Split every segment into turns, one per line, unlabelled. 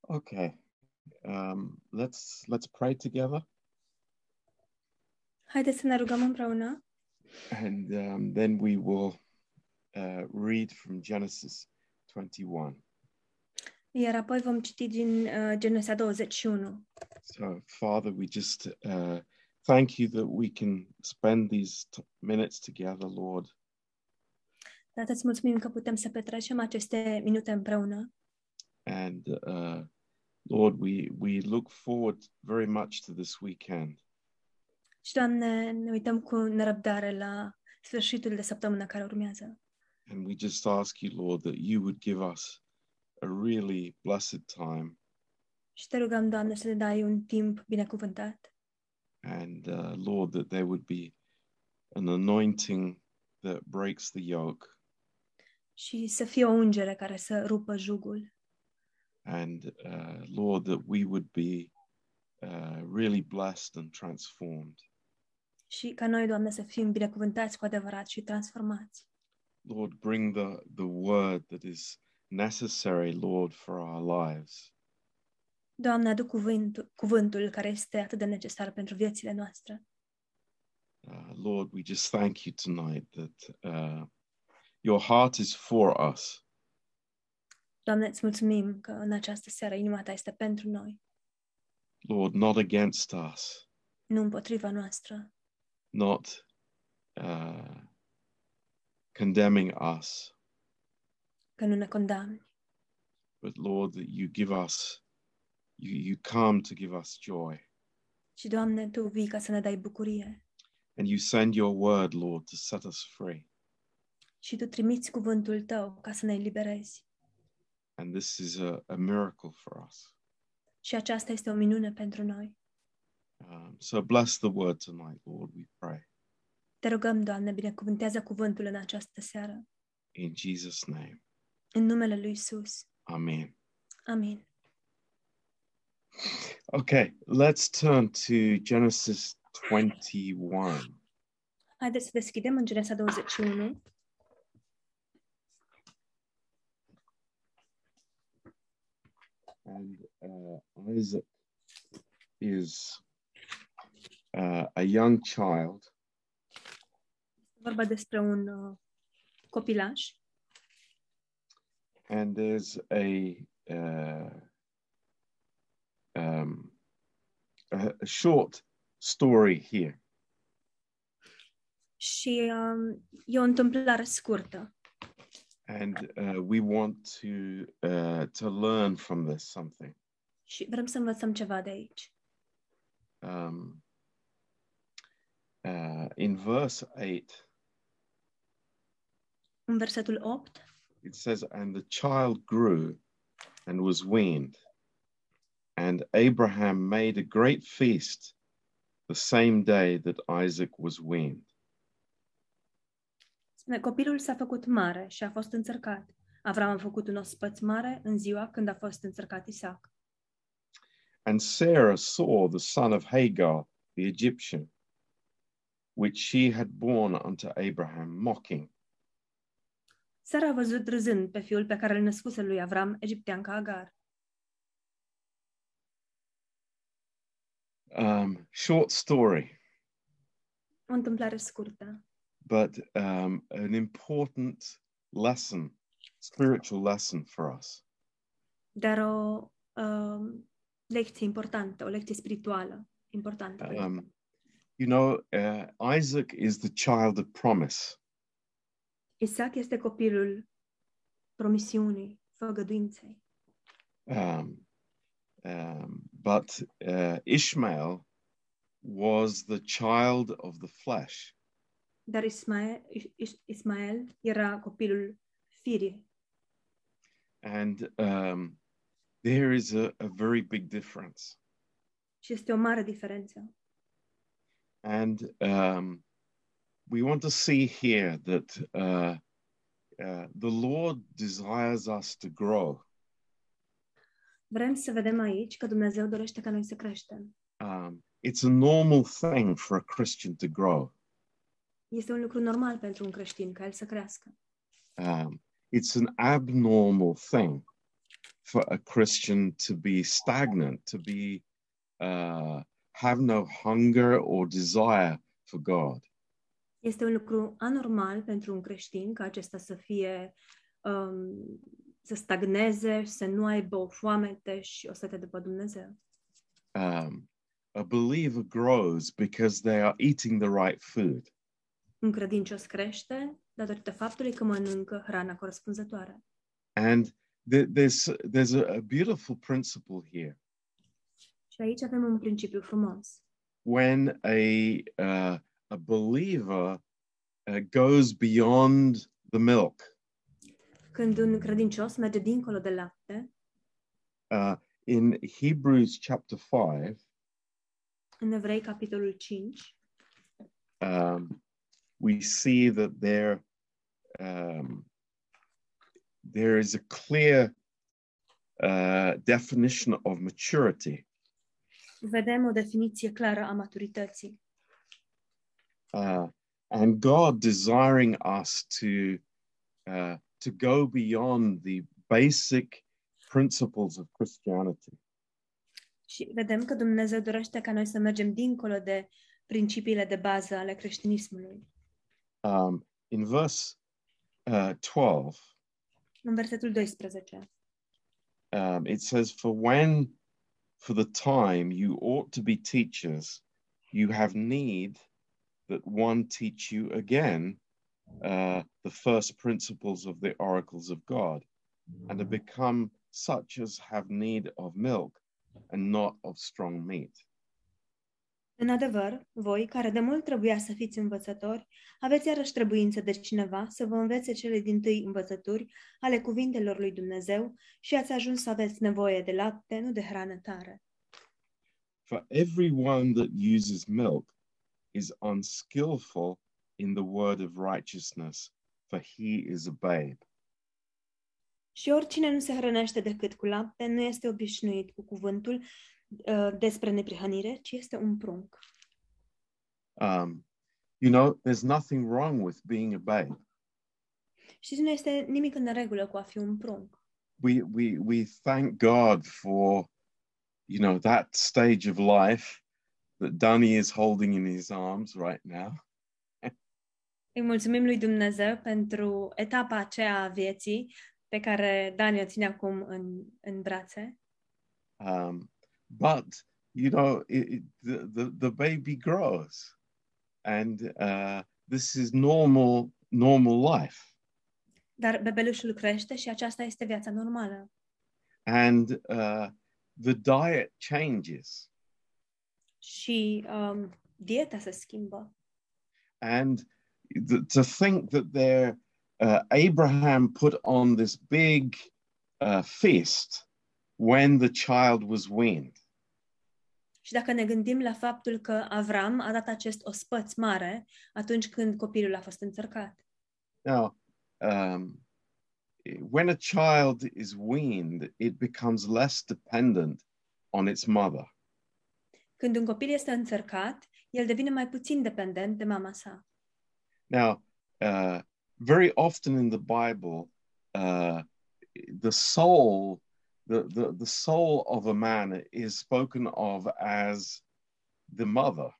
Okay. Um, let's let's pray together
Haideți să ne rugăm împreună
and um, then we will uh, read from Genesis 21.
iar apoi vom citi din uh, Genesa 21.
So, Father, we just uh, thank you that we can spend these t- minutes together, Lord.
Tată, îți mulțumim că putem să petrecem aceste minute împreună
And uh, Lord, we, we look forward very much to this weekend.
și, Doamne, ne uităm cu nerăbdare la sfârșitul de săptămână care urmează.
And we just ask you, Lord, that you would give us a really blessed time
Și te rugăm, Doamne, să ne dai un timp binecuvântat
And uh, Lord, that there would be an anointing that breaks the yoke
și să fie o ungere care să rupă jugul.
and uh, Lord, that we would be uh, really blessed and transformed.
Și ca noi, Doamne, să fim binecuvântați cu adevărat și transformați.
Lord, bring the, the word that is necessary, Lord, for our lives.
Doamne, adu cuvântul, cuvântul care este atât de necesar pentru viețile noastre.
Uh, Lord, we just thank you tonight that uh, your heart is for us
Doamne, îți mulțumim că în această seară inima Ta este pentru noi,
Lord, not against us,
nu împotriva noastră,
not uh, condemning us,
că nu ne condamni,
but Lord, that you give us, you, you come to give us joy.
ci, Doamne, Tu vii ca să ne dai bucurie
And you send your word, Lord, to set us free.
și Tu trimiți cuvântul Tău ca să ne eliberezi.
And this is a, a miracle for us.
Și aceasta este o minune pentru noi.
Um, so bless the word tonight, Lord, we pray.
Te rugăm, Doamne, binecuvântează cuvântul în această seară,
In Jesus' name,
în numele Lui Isus.
Amen.
Amin.
Okay, let's turn to Genesis 21.
Haideți să deschidem în Genesa 21.
And uh, Isaac is uh, a young child
Vorba despre un uh, copilaș
and there's a uh, um, a, a short story here,
și um, e o întâmplare scurtă.
and uh, we want to uh, to learn from this something.
Și vrem să învățăm ceva de aici.
Um, uh, in verse eight,
În versetul 8
it says, "And the child grew, and was weaned, and Abraham made a great feast." The same day that Isaac was weaned.
spune, copilul s-a făcut mare și a fost înțărcat. Avram a făcut un ospăț mare în ziua când a fost înțărcat Isaac.
And Sarah saw the son of Hagar, the Egyptian, which she had borne unto Abraham, mocking.
Sara a văzut râzând pe fiul pe care îl născuse lui Avram, egiptean ca Agar.
Um, short story,
O întâmplare scurtă,
but um, an important lesson, spiritual lesson for us.
dar o uh, lecție importantă, o lecție spirituală importantă.
Um, you know, uh, Isaac is the child of promise,
Isaac este copilul promisiunii, făgăduinței.
um, um, but uh, Ishmael was the child of the flesh.
Dar Ismael, Is- Is- Ismael era copilul firii
And um, there is a, a very big difference.
și este o mare diferență.
And um, we want to see here that uh, uh, the Lord desires us to grow.
Vrem să vedem aici că Dumnezeu dorește ca noi să creștem.
Um, it's a normal thing for a Christian to grow.
Este un lucru normal pentru un creștin ca el să crească.
Um, it's an abnormal thing for a Christian to be stagnant, to be uh, have no hunger or desire for God.
Este un lucru anormal pentru un creștin ca acesta să fie, um, să stagneze, să nu aibă o foamete și o sete după Dumnezeu.
Um, a believer grows because they are eating the right food.
Un credincios crește datorită faptului că mănâncă hrana corespunzătoare.
And th- there's there's a, a beautiful principle here.
Și aici avem un principiu frumos.
When a uh, a believer uh, goes beyond the milk,
Când un credincios merge dincolo de lapte,
uh, in Hebrews chapter five,
în Evrei, capitolul 5,
um, we see that there um, there is a clear uh, definition of maturity.
vedem o definiție clară a maturității.
uh, and God desiring us to uh, to go beyond the basic principles of Christianity.
Și vedem că Dumnezeu dorește ca noi să mergem dincolo de principiile de bază ale creștinismului.
Um, in verse uh, 12,
În versetul 12.
um, it says, "For when, for the time you ought to be teachers, you have need that one teach you again." Uh, the first principles of the oracles of God, and to become such as have need of milk and not of strong meat.
În adevăr, voi, care de mult trebuia să fiți învățători, aveți iarăși trebuință de cineva să vă învețe cele din tâi învățături ale cuvintelor lui Dumnezeu și ați ajuns să aveți nevoie de lapte, nu de hrană tare.
For everyone that uses milk is unskillful in the word of righteousness, for he is a babe.
Și oricine nu se hrănește decât cu lapte nu este obișnuit cu cuvântul uh, despre neprihănire, ci este un prunc.
Um, you know, there's nothing wrong with being a babe.
Și nu este nimic în regulă cu a fi un prunc.
We we we thank God for, you know, that stage of life that Danny is holding in his arms right now.
Îi mulțumim lui Dumnezeu pentru etapa aceea a vieții pe care Dani o ține acum în, în brațe.
Um, but you know, it, it- the, the the baby grows, and uh, this is normal normal life.
Dar bebelușul crește și aceasta este viața normală.
And uh, the diet changes,
Și um, dieta se schimbă.
and th- to think that there, uh, Abraham put on this big uh, feast when the child was weaned.
Și dacă ne gândim la faptul că Avram a dat acest ospăț mare atunci când copilul a fost înțărcat.
Now, um, when a child is weaned, it becomes less dependent on its mother.
Când un copil este înțărcat, el devine mai puțin dependent de mama sa.
Now, uh, very often in the Bible, uh, the soul, the, the, the soul of a man is spoken of as the mother.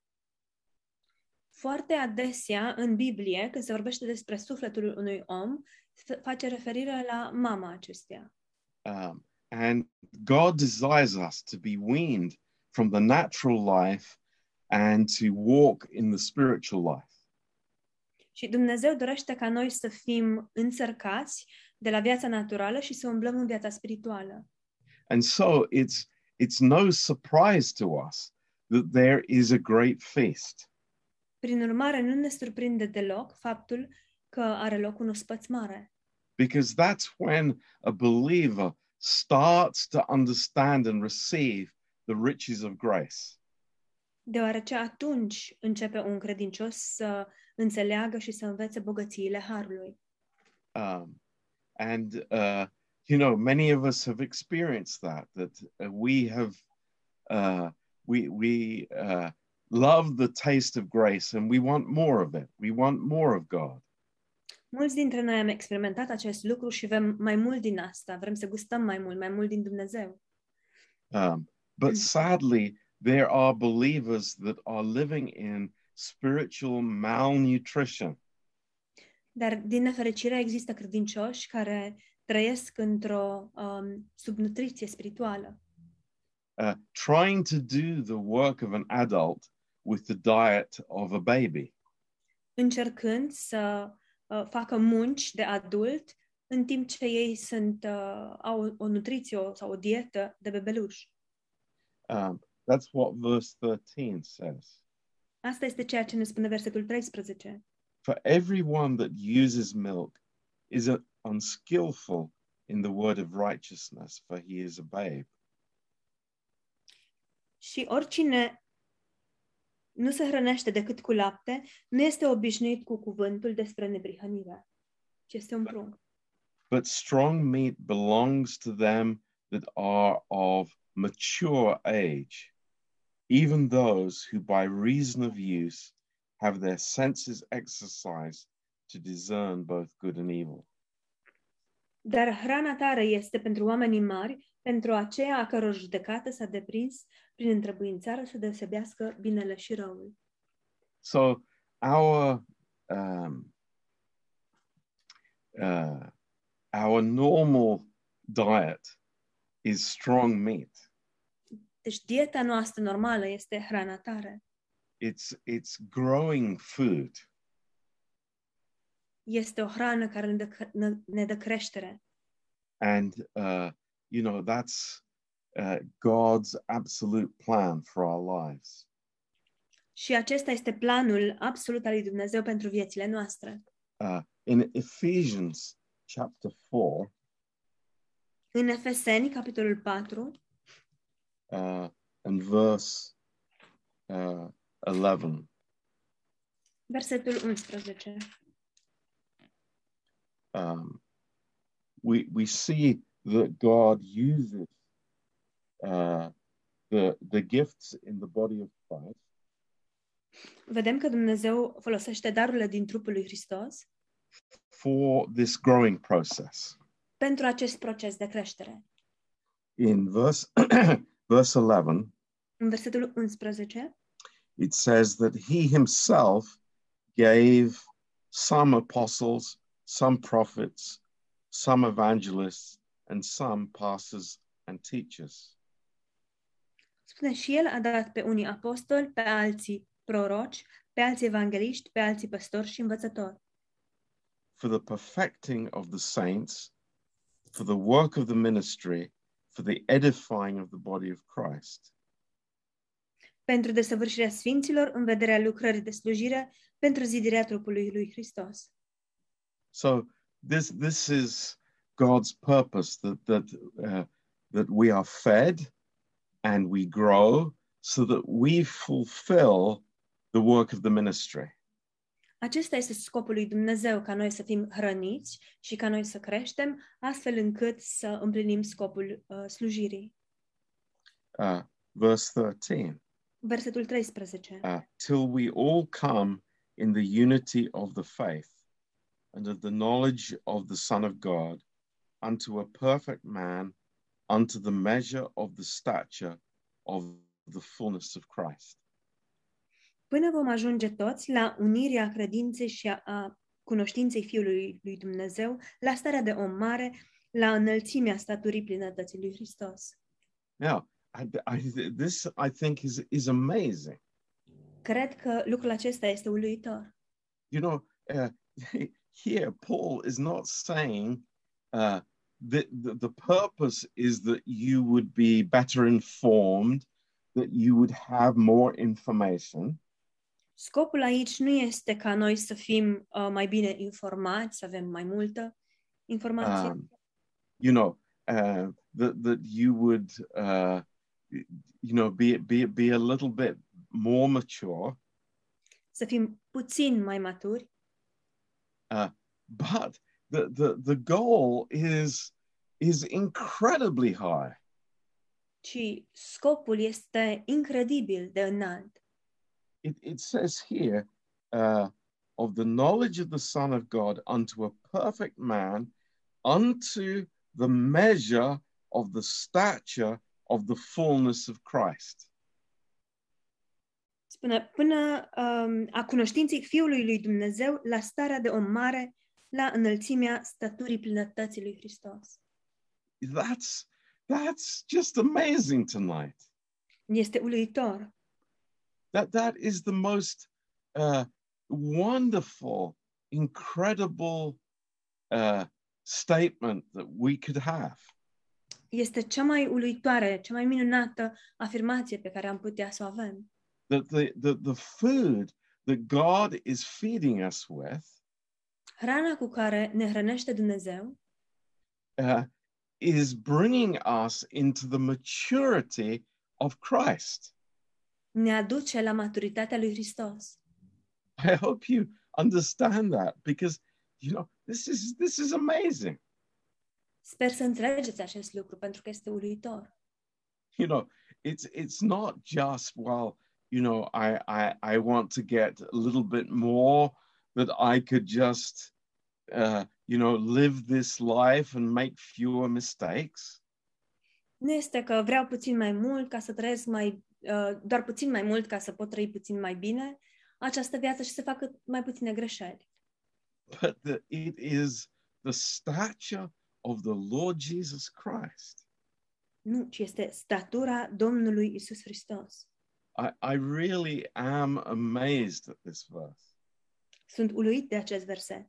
Foarte adesea, în Biblie, când se vorbește despre sufletul unui om, se face referire la mama acestuia.
Um, and God desires us to be weaned from the natural life and to walk in the spiritual life.
Și Dumnezeu dorește ca noi să fim înțărcați de la viața naturală și să umblăm în viața spirituală.
And so it's, it's no surprise to us that there is a great feast.
Prin urmare, nu ne surprinde deloc faptul că are loc un ospăț mare,
because that's when a believer starts to understand and receive the riches of grace.
deoarece atunci începe un credincios să înțeleagă și să învețe bogățiile harului.
Um, and, uh, you know, many of us have experienced that, that uh, we have, uh, we, we uh, love the taste of grace and we want more of it. We want more of God.
Mulți dintre noi am experimentat acest lucru și vrem mai mult din asta, vrem să gustăm mai mult, mai mult din Dumnezeu.
Um, but sadly, there are believers that are living in spiritual malnutrition.
Dar, din nefericire, există credincioși care trăiesc într-o um, subnutriție spirituală,
uh, trying to do the work of an adult with the diet of a baby.
încercând să uh, facă munci de adult în timp ce ei sunt, uh, au o nutriție o- sau o dietă de bebeluș.
Um, that's what verse 13 says.
Asta este ceea ce ne spune versetul 13.
For everyone that uses milk is uh, unskillful in the word of righteousness, for he is a babe.
Și oricine nu se hrănește decât cu lapte, nu este obișnuit cu cuvântul despre neprihănire, ci este un prunc.
But strong meat belongs to them that are of mature age, even those who, by reason of use, have their senses exercised to discern both good and evil.
Dar hrana tare este pentru oamenii mari, pentru aceea a căror judecată s-a deprins prin întrebuințare să deosebească binele și răul.
So our um, uh, our normal diet is strong meat.
Deci dieta noastră normală este hrana tare.
It's it's growing food.
Este o hrană care ne dă, cre- ne- ne dă creștere.
and uh, you know that's uh, God's absolute plan for our lives.
Și acesta este planul absolut al lui Dumnezeu pentru viețile noastre.
Uh, in Ephesians chapter four,
În Efeseni, capitolul 4,
uh, and verse uh, eleven,
versetul 11,
um, we we see that God uses uh, the the gifts in the body of Christ
vedem că Dumnezeu folosește darurile din trupul lui Hristos
for this growing process.
pentru acest proces de creștere.
In verse verse eleven,
În versetul 11,
it says that he himself gave some apostles, some prophets, some evangelists, and some pastors and teachers.
Spune și el a dat pe unii apostoli, pe alții proroci, pe alții evangeliști, pe alții păstori și învățători,
For the perfecting of the saints, for the work of the ministry, for the edifying of the body of Christ.
pentru desăvârșirea sfinților în vederea lucrării de slujire, pentru zidirea trupului lui Hristos.
So this this is God's purpose that that uh, that we are fed and we grow so that we fulfill the work of the ministry.
Acesta este scopul lui Dumnezeu, ca noi să fim hrăniți și ca noi să creștem, astfel încât să împlinim scopul uh, slujirii.
Uh, verse 13.
Versetul 13.
Uh, Till we all come in the unity of the faith and of the knowledge of the Son of God unto a perfect man, unto the measure of the stature of the fullness of Christ.
Până vom ajunge toți la unirea credinței și a, a cunoștinței Fiului lui Dumnezeu, la starea de om mare, la înălțimea staturii plinătății lui Hristos.
Now, I, I- this I think is is amazing.
Cred că lucrul acesta este uluitor.
You know, uh, here Paul is not saying uh, the, the the purpose is that you would be better informed, that you would have more information,
Scopul aici nu este ca noi să fim uh, mai bine informați, să avem mai multă informație,
um, you know, uh, that that you would, uh, you know, be be be a little bit more mature,
să fim puțin mai maturi,
but the the the goal is is incredibly high.
ci scopul este incredibil de înalt.
it, it says here, uh, of the knowledge of the Son of God unto a perfect man, unto the measure of the stature of the fullness of Christ.
Până, până um, a cunoștinței Fiului lui Dumnezeu la starea de om mare, la înălțimea staturii plinătății lui Hristos.
That's that's just amazing tonight.
Este uluitor.
That that is the most uh, wonderful, incredible uh, statement that we could have.
Este cea mai uluitoare, cea mai minunată afirmație pe care am putea să o avem.
That the, the the food that God is feeding us with
Hrana cu care ne hrănește Dumnezeu
uh, is bringing us into the maturity of Christ.
ne aduce la maturitatea lui Hristos.
I hope you understand that because you know this is this is amazing.
Sper să înțelegeți acest lucru, pentru că este uluitor.
You know, it's it's not just well, you know, I I I want to get a little bit more that I could just uh, you know live this life and make fewer mistakes.
Nu este că vreau puțin mai mult ca să trăiesc mai, uh, doar puțin mai mult ca să pot trăi puțin mai bine această viață și să facă mai puține greșeli.
but the, it is the stature of the Lord Jesus Christ.
Nu, ci este statura Domnului Isus Hristos.
I, I really am amazed at this verse.
Sunt uluit de acest verset.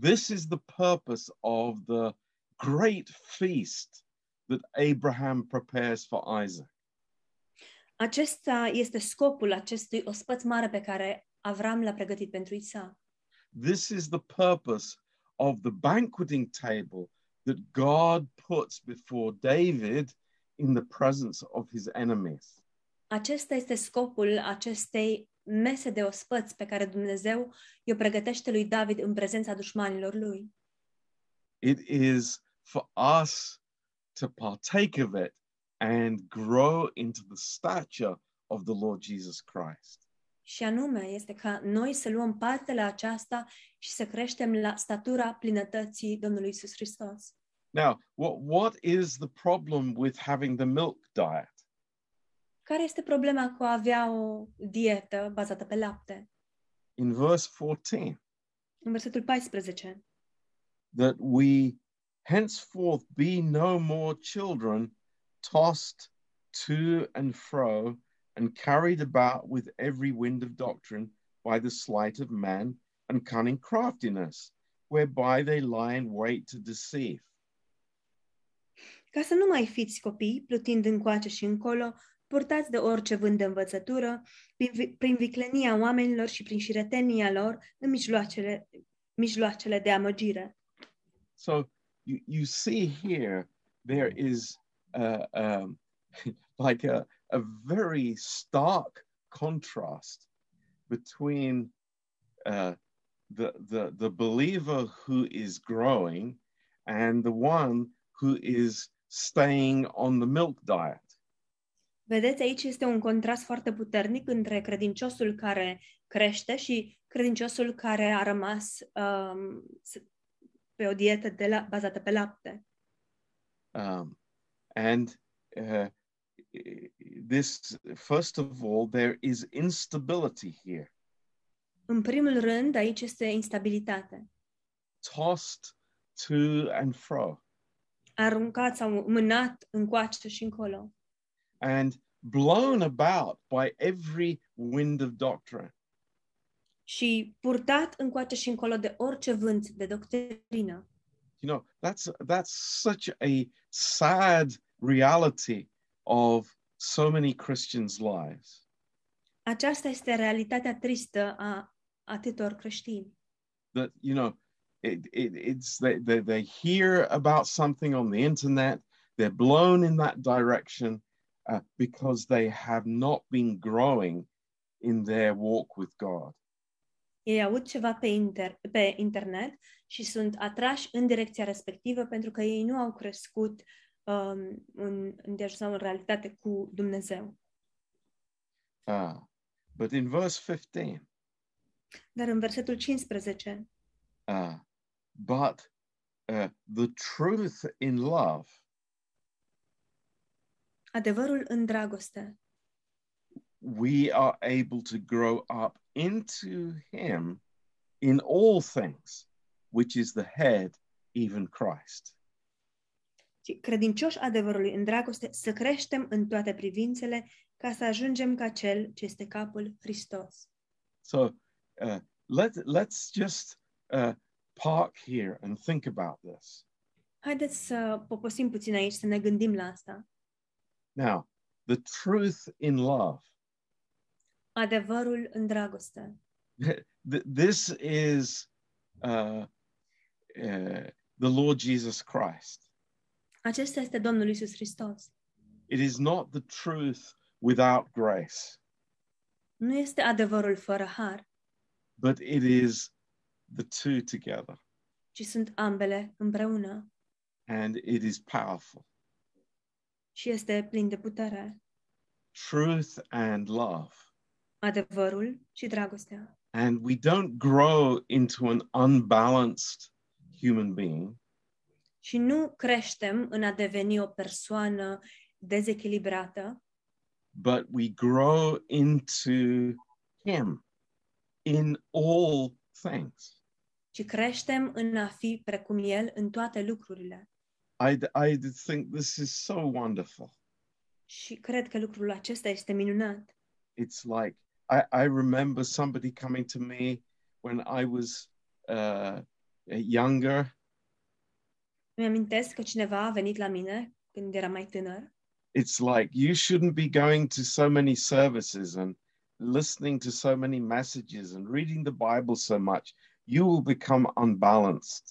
This is the purpose of the great feast that Abraham prepares for Isaac.
Acesta este scopul acestui ospăț mare pe care Avram l-a pregătit pentru Isaac.
This is the purpose of the banqueting table that God puts before David in the presence of his enemies.
Acesta este scopul acestei mese de ospăți pe care Dumnezeu i-o pregătește lui David în prezența dușmanilor lui.
It is for us to partake of it and grow into the stature of the Lord Jesus Christ.
Și anume este ca noi să luăm parte la aceasta și să creștem la statura plinătății Domnului Isus Hristos.
Now, what, what is the problem with having the milk diet?
Care este problema cu a avea o dietă bazată pe lapte?
In verse 14,
În versetul 14.
that we henceforth be no more children tossed to and fro and carried about with every wind of doctrine by the sleight of man and cunning craftiness, whereby they lie in wait to deceive.
Ca să nu mai fiți copii, plutind încoace și încolo, purtați de orice vânt de învățătură, prin, vi- prin viclenia oamenilor și prin șiretenia lor, în mijloacele, mijloacele de amăgire.
So you, you see here, there is uh, um, like a, a very stark contrast between uh, the, the, the believer who is growing and the one who is staying on the milk diet.
Vedeți, aici este un contrast foarte puternic între credinciosul care crește și credinciosul care a rămas um, s- pe o dietă de la, bazată pe lapte.
Um, and uh, this, first of all, there is instability here.
În primul rând, aici este instabilitate.
tossed to and fro
Aruncat sau mânat încoace și încolo.
and blown about by every wind of doctrine.
și purtat încoace și încolo de orice vânt de doctrină.
You know, that's that's such a sad reality of so many Christians' lives.
Aceasta este realitatea tristă a atâtor creștini.
That you know, it, it, it's they, they they hear about something on the internet, they're blown in that direction uh, because they have not been growing in their walk with God.
Ei aud ceva pe, inter- pe internet și sunt atrași în direcția respectivă pentru că ei nu au crescut um, în, în, deci, sau în realitate cu Dumnezeu.
Ah, Uh, but in verse 15,
Dar în versetul 15,
Uh, but uh, the truth in love
adevărul în dragoste,
we are able to grow up into him in all things, which is the head, even Christ.
ci credincioși adevărului în dragoste, să creștem în toate privințele ca să ajungem ca Cel ce este capul Hristos.
So uh, let, let's just uh, park here and think about this.
Haideți să poposim puțin aici, să ne gândim la asta.
Now, the truth in love.
Adevărul în dragoste.
Th- this is uh, uh, the Lord Jesus Christ.
Acesta este Domnul Isus Hristos.
It is not the truth without grace,
Nu este adevărul fără har,
but it is the two together.
ci sunt ambele împreună
and it is powerful.
și este plin de putere.
Truth and love.
Adevărul și dragostea.
And we don't grow into an unbalanced human being.
Și nu creștem în a deveni o persoană dezechilibrată,
but we grow into Him in all things.
ci creștem în a fi precum El în toate lucrurile.
I, I think this is so wonderful.
Și cred că lucrul acesta este minunat.
It's like, I, I remember somebody coming to me when I was uh, younger.
Mi-amintesc că cineva a venit la mine când era mai tânăr
It's like, you shouldn't be going to so many services and listening to so many messages and reading the Bible so much. You will become unbalanced.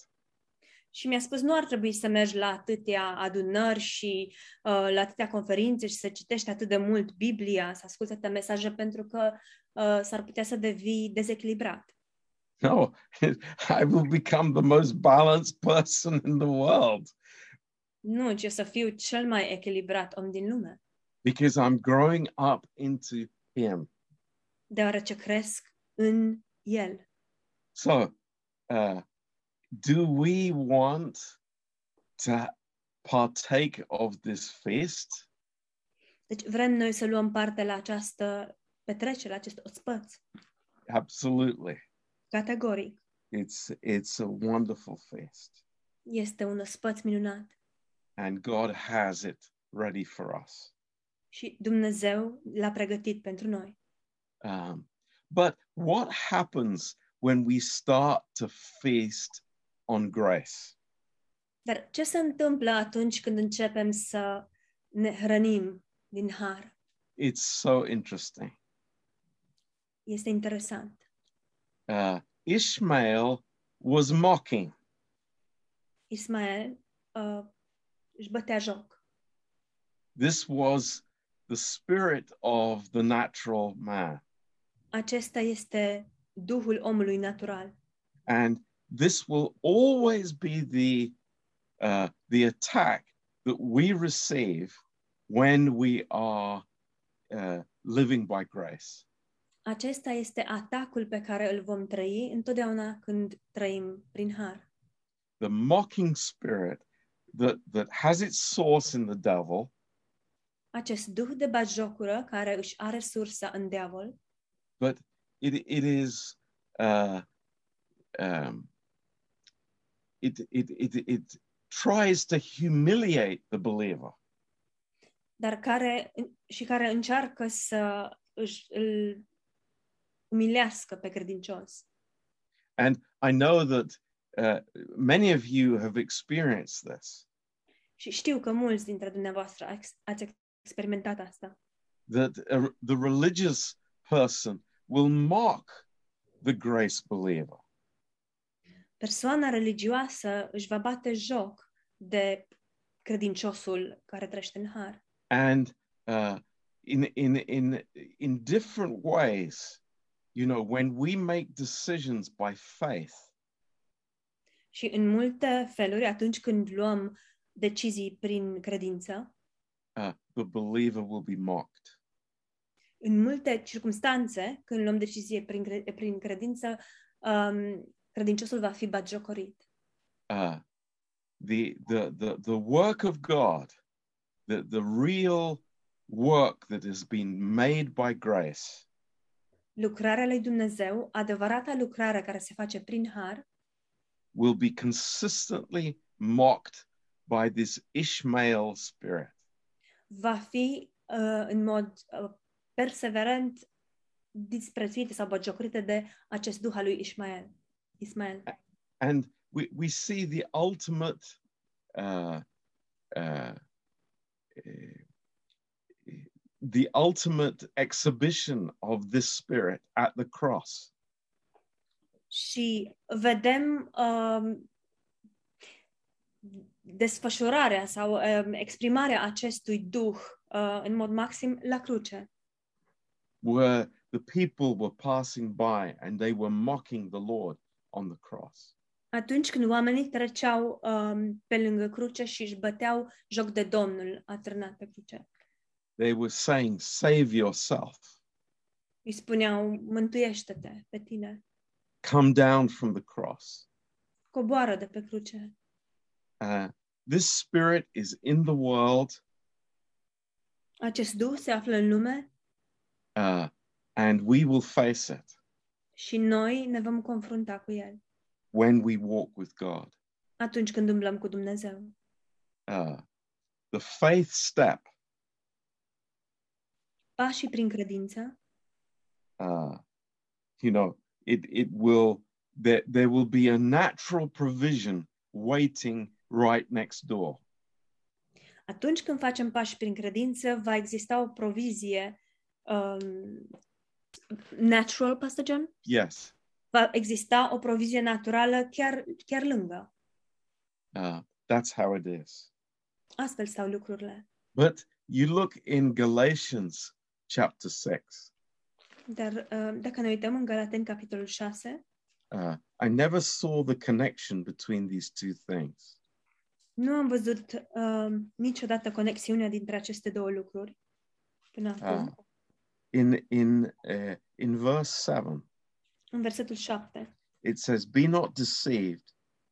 și mi-a spus nu ar trebui să mergi la atâtea adunări și uh, la atâtea conferințe și să citești atât de mult Biblia, să asculți atâtea mesaje pentru că uh, s-ar putea să devii dezechilibrat.
No, I will become the most balanced person in the world
Nu, ci o să fiu cel mai echilibrat om din lume,
because I'm growing up into Him.
deoarece cresc în El.
So, uh, do we want to partake of this feast?
Deci vrem noi să luăm parte la această petrecere, la acest ospăț,
Absolutely.
categoric.
It's it's a wonderful feast,
Este un ospăț minunat
and God has it ready for us.
și Dumnezeu l-a pregătit pentru noi.
Um, but what happens when we start to feast on grace?
Dar ce se întâmplă atunci când începem să ne hrănim din har?
It's so interesting.
Este interesant.
Uh, Ishmael was mocking.
Ismael uh, își bătea joc.
This was the spirit of the natural man.
Acesta este duhul omului natural
And this will always be the, uh, the attack that we receive when we are uh, living by grace.
Acesta este atacul pe care îl vom trăi întotdeauna când trăim prin har.
The mocking spirit that, that has its source in the devil
Acest duh de batjocură care își are sursa în diavol,
but it it is uh, um, it, it it it tries to humiliate the believer.
dar care și care încearcă să își îl umilească pe credincios.
And I know that uh, many of you have experienced this.
Și știu că mulți dintre dumneavoastră ați- ați experimentat asta.
That uh, the religious person will mock the grace believer,
Persoana religioasă își va bate joc de credinciosul care trăiește în har
and uh, in in in in different ways, you know, when we make decisions by faith.
și în multe feluri atunci când luăm decizii prin credință,
uh, the believer will be mocked.
în multe circunstanțe, când luăm decizie prin, cre- prin credință, um, credinciosul va fi batjocorit.
Uh, the, the, the, the work of God, the, the real work that has been made by grace,
Lucrarea lui Dumnezeu, adevărata lucrare care se face prin har,
will be consistently mocked by this Ishmael spirit.
va fi uh, în mod uh, perseverent disprețuită sau batjocorită de acest duh al lui Ismael. Ismael.
And we, we see the ultimate uh, uh, eh, the ultimate exhibition of this spirit at the cross.
Și vedem um, desfășurarea sau um, exprimarea acestui duh uh, în mod maxim la cruce,
where the people were passing by and they were mocking the Lord on the cross.
atunci când oamenii treceau um, pe lângă cruce și își băteau joc de Domnul atârnat pe cruce.
They were saying, Save yourself,
Îi spuneau, mântuiește-te pe tine,
come down from the cross.
coboară de pe cruce.
Uh, this spirit is in the world
Acest duh se află în lume
uh, and we will face it
și noi ne vom confrunta cu el
when we walk with God.
atunci când umblăm cu Dumnezeu.
Uh, the faith step
Pașii prin credință,
uh, you know, it it will there there will be a natural provision waiting right next door.
atunci când facem pași prin credință, va exista o provizie um, natural, Pastor John?
Yes,
Va exista o provizie naturală chiar, chiar lângă.
uh, that's how it is.
Astfel stau lucrurile.
But you look in Galatians chapter six.
Dar uh, dacă ne uităm în Galaten, capitolul 6,
Uh, I never saw the connection between these two things.
nu am văzut uh, niciodată conexiunea dintre aceste două lucruri până acum.
Uh, in in uh, in verse seven,
În versetul 7.
it says, "Be not deceived;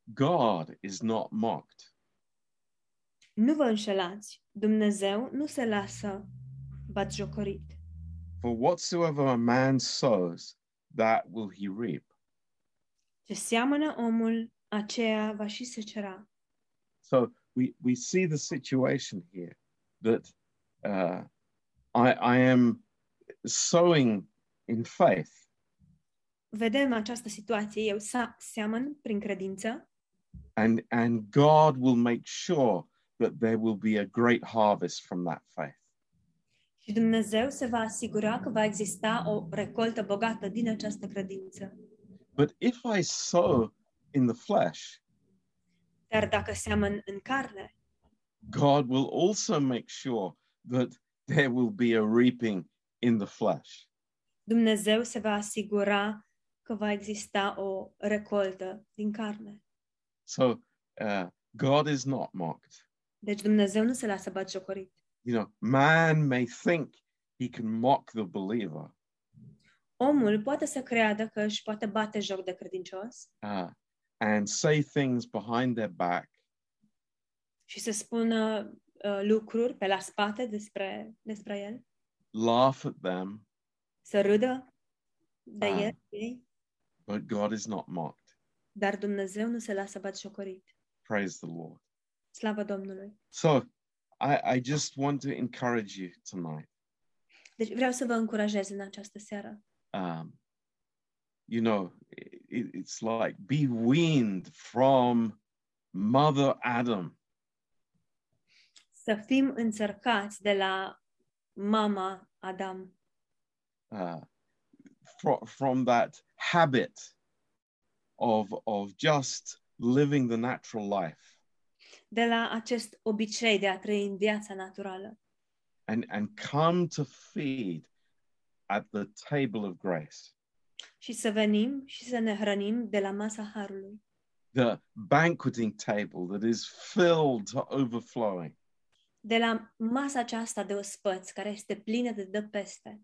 God is not mocked."
Nu vă înșelați, Dumnezeu nu se lasă batjocorit.
For whatsoever a man sows, that will he reap.
Ce seamănă omul, aceea va și secera.
So we, we see the situation here that uh, I, I am sowing in faith,
Vedem această situație, eu sa- seamăn prin credință
and, and God will make sure that there will be a great harvest from that faith.
și Dumnezeu se va asigura că va exista o recoltă bogată din această credință.
But if I sow in the flesh,
Dar dacă seamăn în carne,
God will also make sure that there will be a reaping in the flesh.
Dumnezeu se va asigura că va exista o recoltă din carne.
So uh, God is not mocked.
Deci Dumnezeu nu se lasă batjocorit.
you know, man may think he can mock the believer,
Omul poate să creadă că își poate bate joc de credincios,
uh, and say things behind their back,
și să spună uh, lucruri pe la spate despre, despre el,
laugh at them,
să râdă de
Ah.
el, de ei,
but God is not mocked.
dar Dumnezeu nu se lasă batjocorit.
Praise the Lord.
Slavă Domnului!
So I, I just want to encourage you tonight.
Deci vreau să vă încurajez în această seară.
Um, you know, it, it's like be weaned from Mother Adam.
Să fim înțărcați de la mama Adam,
uh, fro- from that habit of of just living the natural life
de la acest obicei de a trăi în viața naturală
and and come to feed at the table of grace
și să venim și să ne hrănim de la masa Harului,
the banqueting table that is filled to overflowing
de la masa aceasta de ospăți care este plină de dă peste.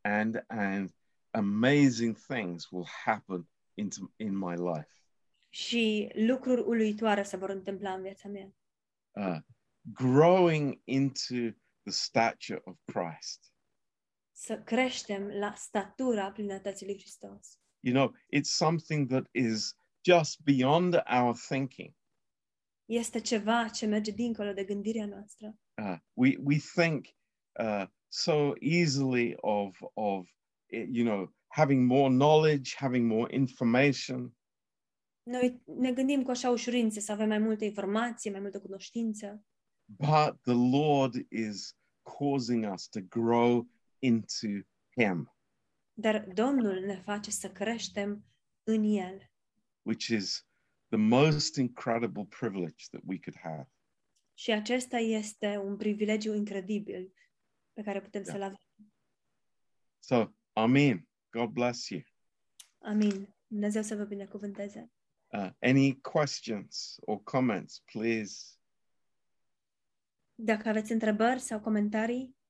and and amazing things will happen into in my life.
și lucruri uluitoare se vor întâmpla în viața mea.
Uh, growing into the stature of Christ.
Să creștem la statura plinătății lui Hristos.
You know, it's something that is just beyond our thinking.
Este ceva ce merge dincolo de gândirea noastră.
Uh, we we think uh, so easily of of eh, you know having more knowledge, having more information,
Noi ne gândim cu așa ușurință să avem mai multă informație, mai multă cunoștință,
but the Lord is causing us to grow into Him,
dar Domnul ne face să creștem în El,
which is the most incredible privilege that we could have.
Și acesta este un privilegiu incredibil pe care putem
Da.
să-l avem.
So, Amen. God bless you.
Amin. Dumnezeu să vă binecuvânteze.
Uh, any questions or comments, please?
Dacă aveți întrebări sau comentarii,